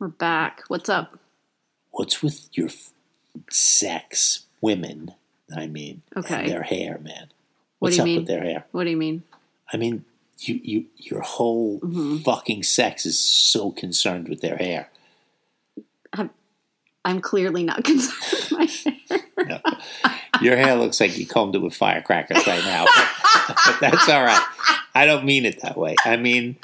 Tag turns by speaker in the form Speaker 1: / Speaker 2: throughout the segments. Speaker 1: We're back. What's up?
Speaker 2: What's with your f- sex, women? I mean, and
Speaker 1: Okay.
Speaker 2: their hair, man.
Speaker 1: What do
Speaker 2: What's
Speaker 1: you
Speaker 2: up
Speaker 1: mean?
Speaker 2: with their hair?
Speaker 1: What do you mean? Mm-hmm.
Speaker 2: I mean, you, you, your whole fucking sex is so concerned with their hair.
Speaker 1: I'm clearly not concerned with my hair.
Speaker 2: No. your hair looks like you combed it with firecrackers right now, but, but that's all right. I don't mean it that way. I mean,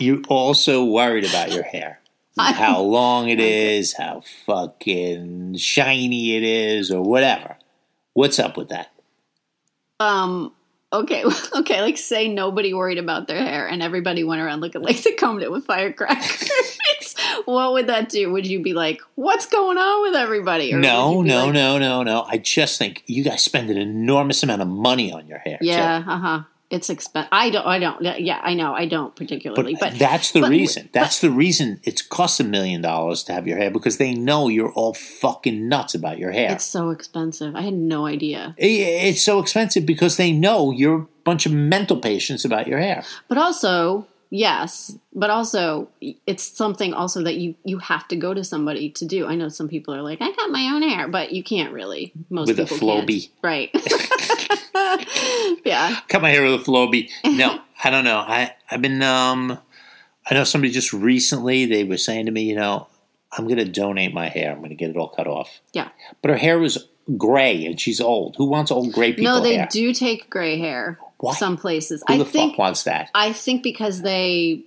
Speaker 2: you're also worried about your hair.
Speaker 1: I'm-
Speaker 2: How long it is, how fucking shiny it is, or whatever. What's up with that?
Speaker 1: Um. Okay. Okay. Like, say nobody worried about their hair, and everybody went around looking like they combed it with firecrackers. what would that do? Would you be like, "What's going on with everybody?" would
Speaker 2: No,
Speaker 1: you be
Speaker 2: no,
Speaker 1: like,
Speaker 2: no, no, no. I just think you guys spend an enormous amount of money on your hair. too.
Speaker 1: Yeah. Uh huh. It's expensive. I don't. I don't. Yeah. I know. I don't particularly.
Speaker 2: But,
Speaker 1: But,
Speaker 2: that's the
Speaker 1: but-
Speaker 2: reason. That's the reason it's cost a million dollars to have your hair because they know you're all fucking nuts about your hair.
Speaker 1: it's so expensive. I had no idea.
Speaker 2: I- It's so expensive because they know you're a bunch of mental patients about your hair.
Speaker 1: But also, yes, but also it's something also that you you have to go to somebody to do. I know some people are like, I got my own hair, but you can't really. Most
Speaker 2: With a
Speaker 1: people
Speaker 2: Flowbee.
Speaker 1: can't. Right. yeah.
Speaker 2: Cut my hair with a flowbee. No, I don't know. I I've been um. I know somebody just recently they were saying to me, you know, I'm going to donate my hair. I'm going to get it all cut off.
Speaker 1: Yeah.
Speaker 2: But her hair was gray and she's old. Who wants old gray people
Speaker 1: no, they
Speaker 2: hair?
Speaker 1: do take gray hair
Speaker 2: Why?
Speaker 1: some places.
Speaker 2: Who
Speaker 1: I
Speaker 2: the
Speaker 1: think
Speaker 2: fuck wants that?
Speaker 1: I think because they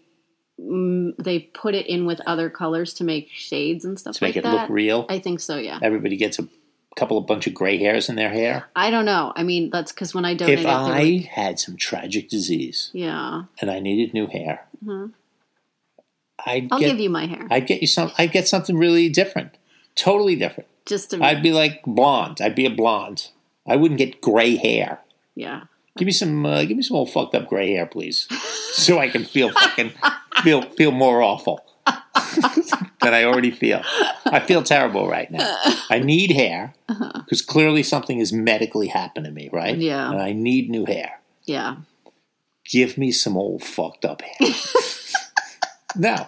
Speaker 1: mm, they put it in with other colors to make shades and stuff
Speaker 2: To make
Speaker 1: like
Speaker 2: it
Speaker 1: that.
Speaker 2: look real.
Speaker 1: I think so, yeah.
Speaker 2: Everybody gets a couple of bunch of gray hairs in their hair.
Speaker 1: I don't know. I mean, that's because when I donated,
Speaker 2: If
Speaker 1: they were-
Speaker 2: I had some tragic disease
Speaker 1: yeah,
Speaker 2: and I needed new hair,
Speaker 1: Mhm.
Speaker 2: I'd
Speaker 1: I'll
Speaker 2: get
Speaker 1: give you my hair
Speaker 2: I'd get you some. I'd get something really different, totally different.
Speaker 1: just to
Speaker 2: I'd be like blonde. I'd be a blonde. I wouldn't get gray hair.
Speaker 1: yeah.
Speaker 2: Give me some. Uh, give me some old fucked up gray hair, please, so I can feel fucking feel feel more awful than I already feel. I feel terrible right now. I need hair because clearly something has medically happened to me, right?
Speaker 1: Yeah.
Speaker 2: and I need new hair.
Speaker 1: Yeah.
Speaker 2: Give me some old fucked up hair. no,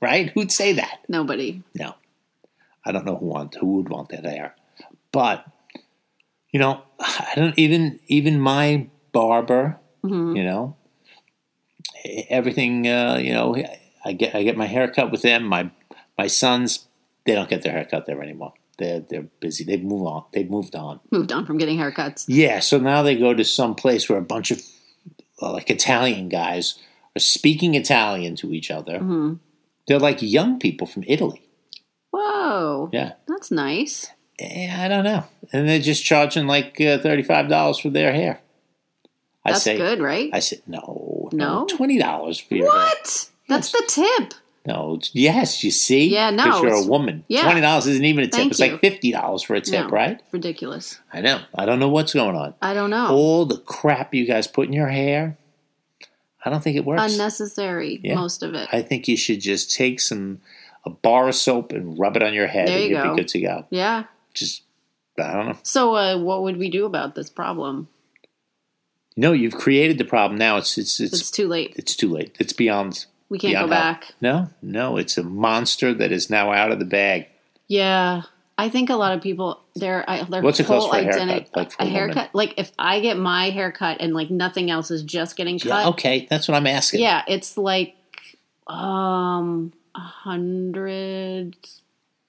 Speaker 2: right? Who'd say that?
Speaker 1: Nobody.
Speaker 2: No, I don't know who want who would want that hair, but you know, I don't even even my barber.
Speaker 1: Mm-hmm.
Speaker 2: You know, e- everything. Uh, you know, I get I get my haircut with them. My my sons they don't get their haircut there anymore. They're they're busy. They've moved on. They've moved on.
Speaker 1: Moved on from getting haircuts.
Speaker 2: Yeah, so now they go to some place where a bunch of uh, like Italian guys are speaking Italian to each other.
Speaker 1: Mm-hmm.
Speaker 2: They're like young people from Italy.
Speaker 1: Whoa.
Speaker 2: Yeah.
Speaker 1: That's nice.
Speaker 2: Eh, I don't know. And they're just charging like uh, thirty-five dollars for their hair. I
Speaker 1: That's
Speaker 2: say,
Speaker 1: good, right?
Speaker 2: I said, no,
Speaker 1: No?
Speaker 2: twenty dollars for your hair.
Speaker 1: what? That's the tip.
Speaker 2: No, it's- yes, you see,
Speaker 1: Yeah, no,
Speaker 2: because you're a
Speaker 1: it's-
Speaker 2: woman.
Speaker 1: yeah.
Speaker 2: Twenty dollars isn't even a tip.
Speaker 1: Thank
Speaker 2: it's
Speaker 1: you.
Speaker 2: like fifty dollars for a tip,
Speaker 1: No.
Speaker 2: right?
Speaker 1: Ridiculous.
Speaker 2: I know. I don't know what's going on.
Speaker 1: I don't know.
Speaker 2: All the crap you guys put in your hair, I don't think it works.
Speaker 1: Unnecessary,
Speaker 2: Yeah.
Speaker 1: most of it.
Speaker 2: I think you should just take some a bar of soap and rub it on your head,
Speaker 1: There
Speaker 2: and
Speaker 1: you
Speaker 2: you'll
Speaker 1: go.
Speaker 2: be good to go.
Speaker 1: yeah.
Speaker 2: Just I don't know.
Speaker 1: So, uh, what would we do about this problem?
Speaker 2: No, you've created the problem. Now it's it's it's
Speaker 1: It's too late.
Speaker 2: it's too late. It's beyond.
Speaker 1: We can't
Speaker 2: beyond
Speaker 1: go
Speaker 2: help.
Speaker 1: back.
Speaker 2: No, no, it's a monster that is now out of the bag.
Speaker 1: Yeah. I think a lot of people their I- their
Speaker 2: What's it
Speaker 1: whole
Speaker 2: cost for a haircut,
Speaker 1: identity
Speaker 2: like, for
Speaker 1: a
Speaker 2: a woman?
Speaker 1: haircut. Like if I get my haircut and like nothing else is just getting cut,
Speaker 2: Yeah, okay, that's what I'm asking.
Speaker 1: Yeah, it's like um a hundred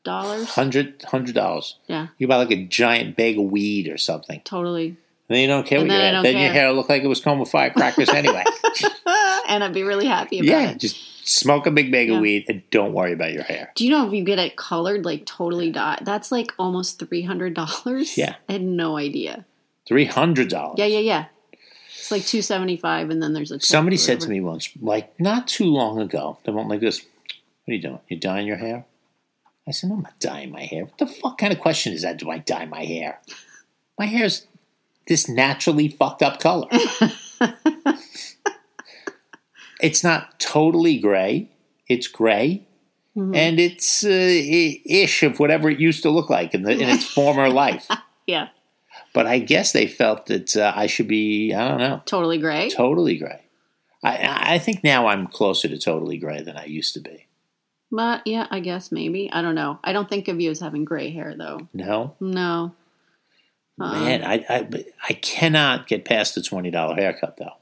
Speaker 1: dollars.
Speaker 2: hundred hundred dollars.
Speaker 1: Yeah,
Speaker 2: You buy like a giant bag of weed or something,
Speaker 1: totally.
Speaker 2: and then you don't care
Speaker 1: And
Speaker 2: what your
Speaker 1: then I don't
Speaker 2: hair. Then your
Speaker 1: care.
Speaker 2: hair looked like it was combed with firecrackers anyway.
Speaker 1: and I'd be really happy about
Speaker 2: yeah,
Speaker 1: it.
Speaker 2: just smoke a big bag
Speaker 1: Yeah.
Speaker 2: of weed and don't worry about your hair.
Speaker 1: Do you know if you get it colored, like totally dot? That's like almost three hundred dollars.
Speaker 2: Yeah.
Speaker 1: I had no idea.
Speaker 2: Three hundred dollars.
Speaker 1: Yeah, yeah, yeah. It's like two seventy five, and then there's a. tip
Speaker 2: Somebody
Speaker 1: or
Speaker 2: said to
Speaker 1: whatever.
Speaker 2: me once, like not too long ago, they went like this. What are you doing? You dyeing your hair? I said, no, I'm not dyeing my hair. What the fuck kind of question is that? Do I dye my hair? My hair's this naturally fucked up color. it's not totally gray. It's gray,
Speaker 1: Mm-hmm. Hmm.
Speaker 2: and it's uh, i- ish of whatever it used to look like in, the, in its former life.
Speaker 1: "Yeah,
Speaker 2: But I guess they felt that uh, I should be. I don't know
Speaker 1: totally gray."
Speaker 2: totally gray. I, I think now I'm closer to totally gray than I used to be.
Speaker 1: But yeah, I guess maybe. I don't know. I don't think of you as having gray hair though.
Speaker 2: No,
Speaker 1: No. Um,
Speaker 2: man, I, I but I cannot get past the twenty dollar haircut though.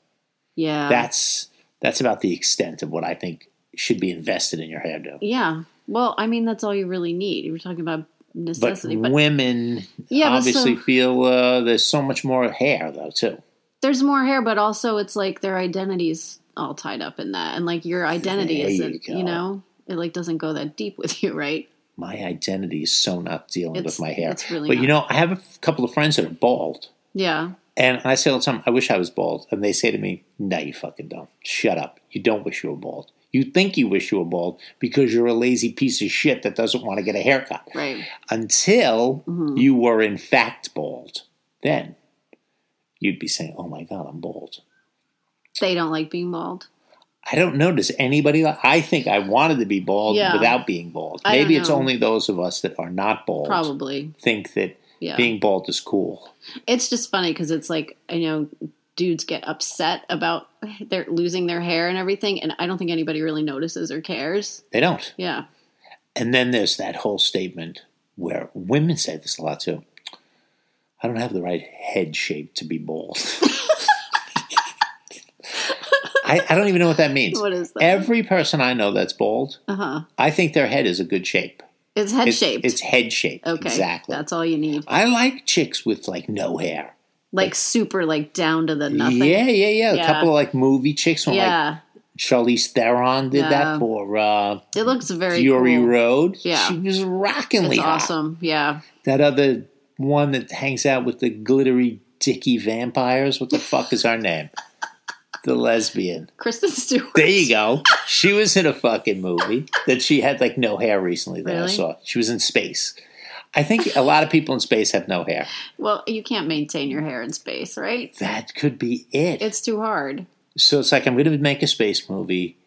Speaker 1: Yeah.
Speaker 2: That's that's about the extent of what I think should be invested in your hairdo.
Speaker 1: yeah. Well, I mean, that's all you really need. You were talking about
Speaker 2: But
Speaker 1: necessity, but,
Speaker 2: women
Speaker 1: yeah, but
Speaker 2: obviously
Speaker 1: so
Speaker 2: feel uh, there's so much more hair though too.
Speaker 1: there's more hair, but also it's like their identity's all tied up in that, and like your identity
Speaker 2: There you
Speaker 1: isn't, you,
Speaker 2: go.
Speaker 1: know, it like doesn't go that deep with you, right?
Speaker 2: My identity is so not dealing
Speaker 1: It's
Speaker 2: with my hair.
Speaker 1: It's really,
Speaker 2: But you know, I have a f- couple of friends that are bald,
Speaker 1: yeah,
Speaker 2: and I say all the time, "I wish I was bald," and they say to me, "No, you fucking don't. Shut up. You don't wish you were bald." You think you wish you were bald because you're a lazy piece of shit that doesn't want to get a haircut.
Speaker 1: right.
Speaker 2: Until
Speaker 1: Mhm.
Speaker 2: you were in fact bald. Then you'd be saying, Oh my God, I'm bald.
Speaker 1: They don't like being bald.
Speaker 2: I don't know. Does anybody? Like, I think I wanted to be bald
Speaker 1: Yeah.
Speaker 2: without being bald.
Speaker 1: I don't
Speaker 2: Maybe it's
Speaker 1: know.
Speaker 2: only those of us that are not bald
Speaker 1: Probably,
Speaker 2: think that
Speaker 1: yeah.
Speaker 2: being bald is cool.
Speaker 1: It's just funny because it's like I know dudes get upset about their losing their hair and everything, and I don't think anybody really notices or cares.
Speaker 2: They don't.
Speaker 1: Yeah,
Speaker 2: And then there's that whole statement where women say this a lot too. I don't have the right head shape to be bald. I, I don't even know what that means.
Speaker 1: what is that?
Speaker 2: Every person I know that's bald,
Speaker 1: uh huh.
Speaker 2: I think their head is a good shape.
Speaker 1: It's head
Speaker 2: It's-
Speaker 1: shaped.
Speaker 2: It's head shaped.
Speaker 1: okay,
Speaker 2: Exactly.
Speaker 1: That's all you need.
Speaker 2: I like chicks with like no hair.
Speaker 1: Like super, like down to the nothing.
Speaker 2: Yeah, yeah, yeah. A
Speaker 1: Yeah.
Speaker 2: couple of like movie chicks when like
Speaker 1: Yeah.
Speaker 2: Charlize Theron did
Speaker 1: Yeah.
Speaker 2: that for uh,
Speaker 1: it looks very
Speaker 2: Fury
Speaker 1: cool.
Speaker 2: Road.
Speaker 1: Yeah.
Speaker 2: She was rockingly
Speaker 1: It's
Speaker 2: hot.
Speaker 1: awesome. Yeah,
Speaker 2: That other one that hangs out with the glittery dicky vampires. What the fuck is her name? The lesbian.
Speaker 1: Kristen Stewart.
Speaker 2: There you go. She was in a fucking movie that she had like no hair recently that I
Speaker 1: Really?
Speaker 2: saw. She was in space. I think a lot of people in space have no hair.
Speaker 1: Well, you can't maintain your hair in space, right?
Speaker 2: That could be it.
Speaker 1: It's too hard.
Speaker 2: so it's like I'm going to make a space movie.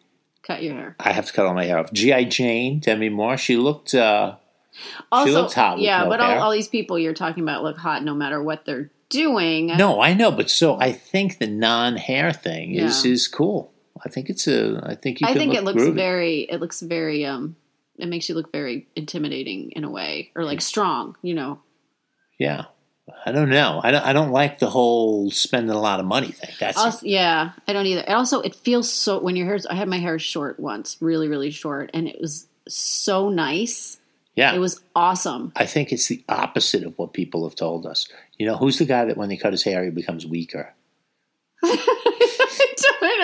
Speaker 1: Cut your hair.
Speaker 2: I have to cut all my hair off. G.I. Jane, Demi Moore, she looked, uh,
Speaker 1: Also,
Speaker 2: looks hot with
Speaker 1: yeah,
Speaker 2: no
Speaker 1: but
Speaker 2: hair.
Speaker 1: all, all these people you're talking about look hot no matter what they're doing.
Speaker 2: no, I know, but so I think the non hair thing is,
Speaker 1: Yeah.
Speaker 2: is cool. I think it's a, I think you
Speaker 1: I
Speaker 2: could
Speaker 1: think
Speaker 2: look
Speaker 1: it looks
Speaker 2: groovy.
Speaker 1: very. It looks very. Um, it makes you look very intimidating in a way, or like strong. You know.
Speaker 2: yeah. I don't know. I don't, I don't like the whole spending a lot of money thing. That's,
Speaker 1: Also, yeah, I don't either. And also, it feels so when your hair's. I had my hair short once, really, really short, and it was so nice.
Speaker 2: yeah.
Speaker 1: It was awesome.
Speaker 2: I think it's the opposite of what people have told us. You know, who's the guy that when they cut his hair, he becomes weaker?
Speaker 1: I don't- I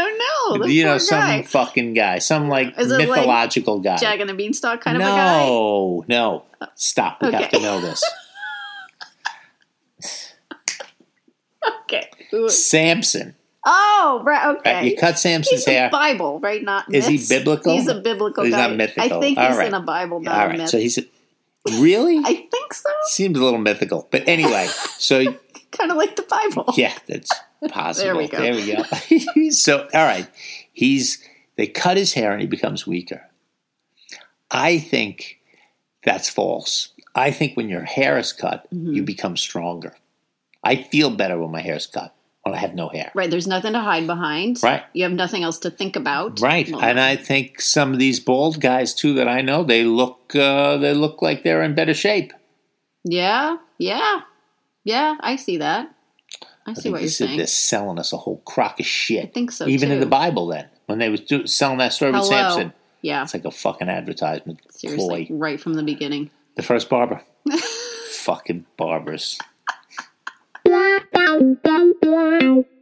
Speaker 1: don't know. The
Speaker 2: you
Speaker 1: Oh, poor
Speaker 2: know, some
Speaker 1: guy.
Speaker 2: fucking guy, some like
Speaker 1: Is it like
Speaker 2: mythological guy.
Speaker 1: Jack and the Beanstalk kind
Speaker 2: no,
Speaker 1: of a guy.
Speaker 2: No, Stop. We have
Speaker 1: Okay.
Speaker 2: to know this.
Speaker 1: Okay. Ooh.
Speaker 2: Samson.
Speaker 1: Oh, right. Okay.
Speaker 2: Right? You cut Samson's
Speaker 1: He's a
Speaker 2: hair.
Speaker 1: Bible, right? Not
Speaker 2: Is he
Speaker 1: myths.
Speaker 2: biblical?
Speaker 1: He's a biblical.
Speaker 2: He's
Speaker 1: guy.
Speaker 2: not mythical.
Speaker 1: I think
Speaker 2: All
Speaker 1: he's
Speaker 2: right.
Speaker 1: in a Bible, not
Speaker 2: All
Speaker 1: a
Speaker 2: right.
Speaker 1: myth.
Speaker 2: So he's really
Speaker 1: I think so.
Speaker 2: seems a little mythical, but anyway. So
Speaker 1: Kind of like the Bible.
Speaker 2: yeah, that's possible.
Speaker 1: Oh. There we go.
Speaker 2: go. so all right, he's they cut his hair and he becomes weaker. I think that's false. I think when your hair is cut,
Speaker 1: Mm-hmm.
Speaker 2: you become stronger. I feel better when my hair is cut when I have no hair.
Speaker 1: Right. There's nothing to hide behind.
Speaker 2: Right.
Speaker 1: You have nothing else to think about.
Speaker 2: Right,
Speaker 1: Well,
Speaker 2: and I think some of these bald guys too that I know they look uh, they look like they're in better shape.
Speaker 1: yeah. Yeah. Yeah. I see that. I
Speaker 2: I
Speaker 1: see
Speaker 2: think
Speaker 1: what you're
Speaker 2: this is-
Speaker 1: saying.
Speaker 2: They're selling us a whole crock
Speaker 1: I
Speaker 2: of shit.
Speaker 1: think so.
Speaker 2: Even in
Speaker 1: too.
Speaker 2: the Bible, then when they was do, selling that story with
Speaker 1: Hello.
Speaker 2: Samson,
Speaker 1: Yeah.
Speaker 2: it's like a fucking advertisement
Speaker 1: Seriously.
Speaker 2: ploy.
Speaker 1: Right from the beginning.
Speaker 2: The first barber, fucking barbers.
Speaker 3: Wow, wow, wow, wow.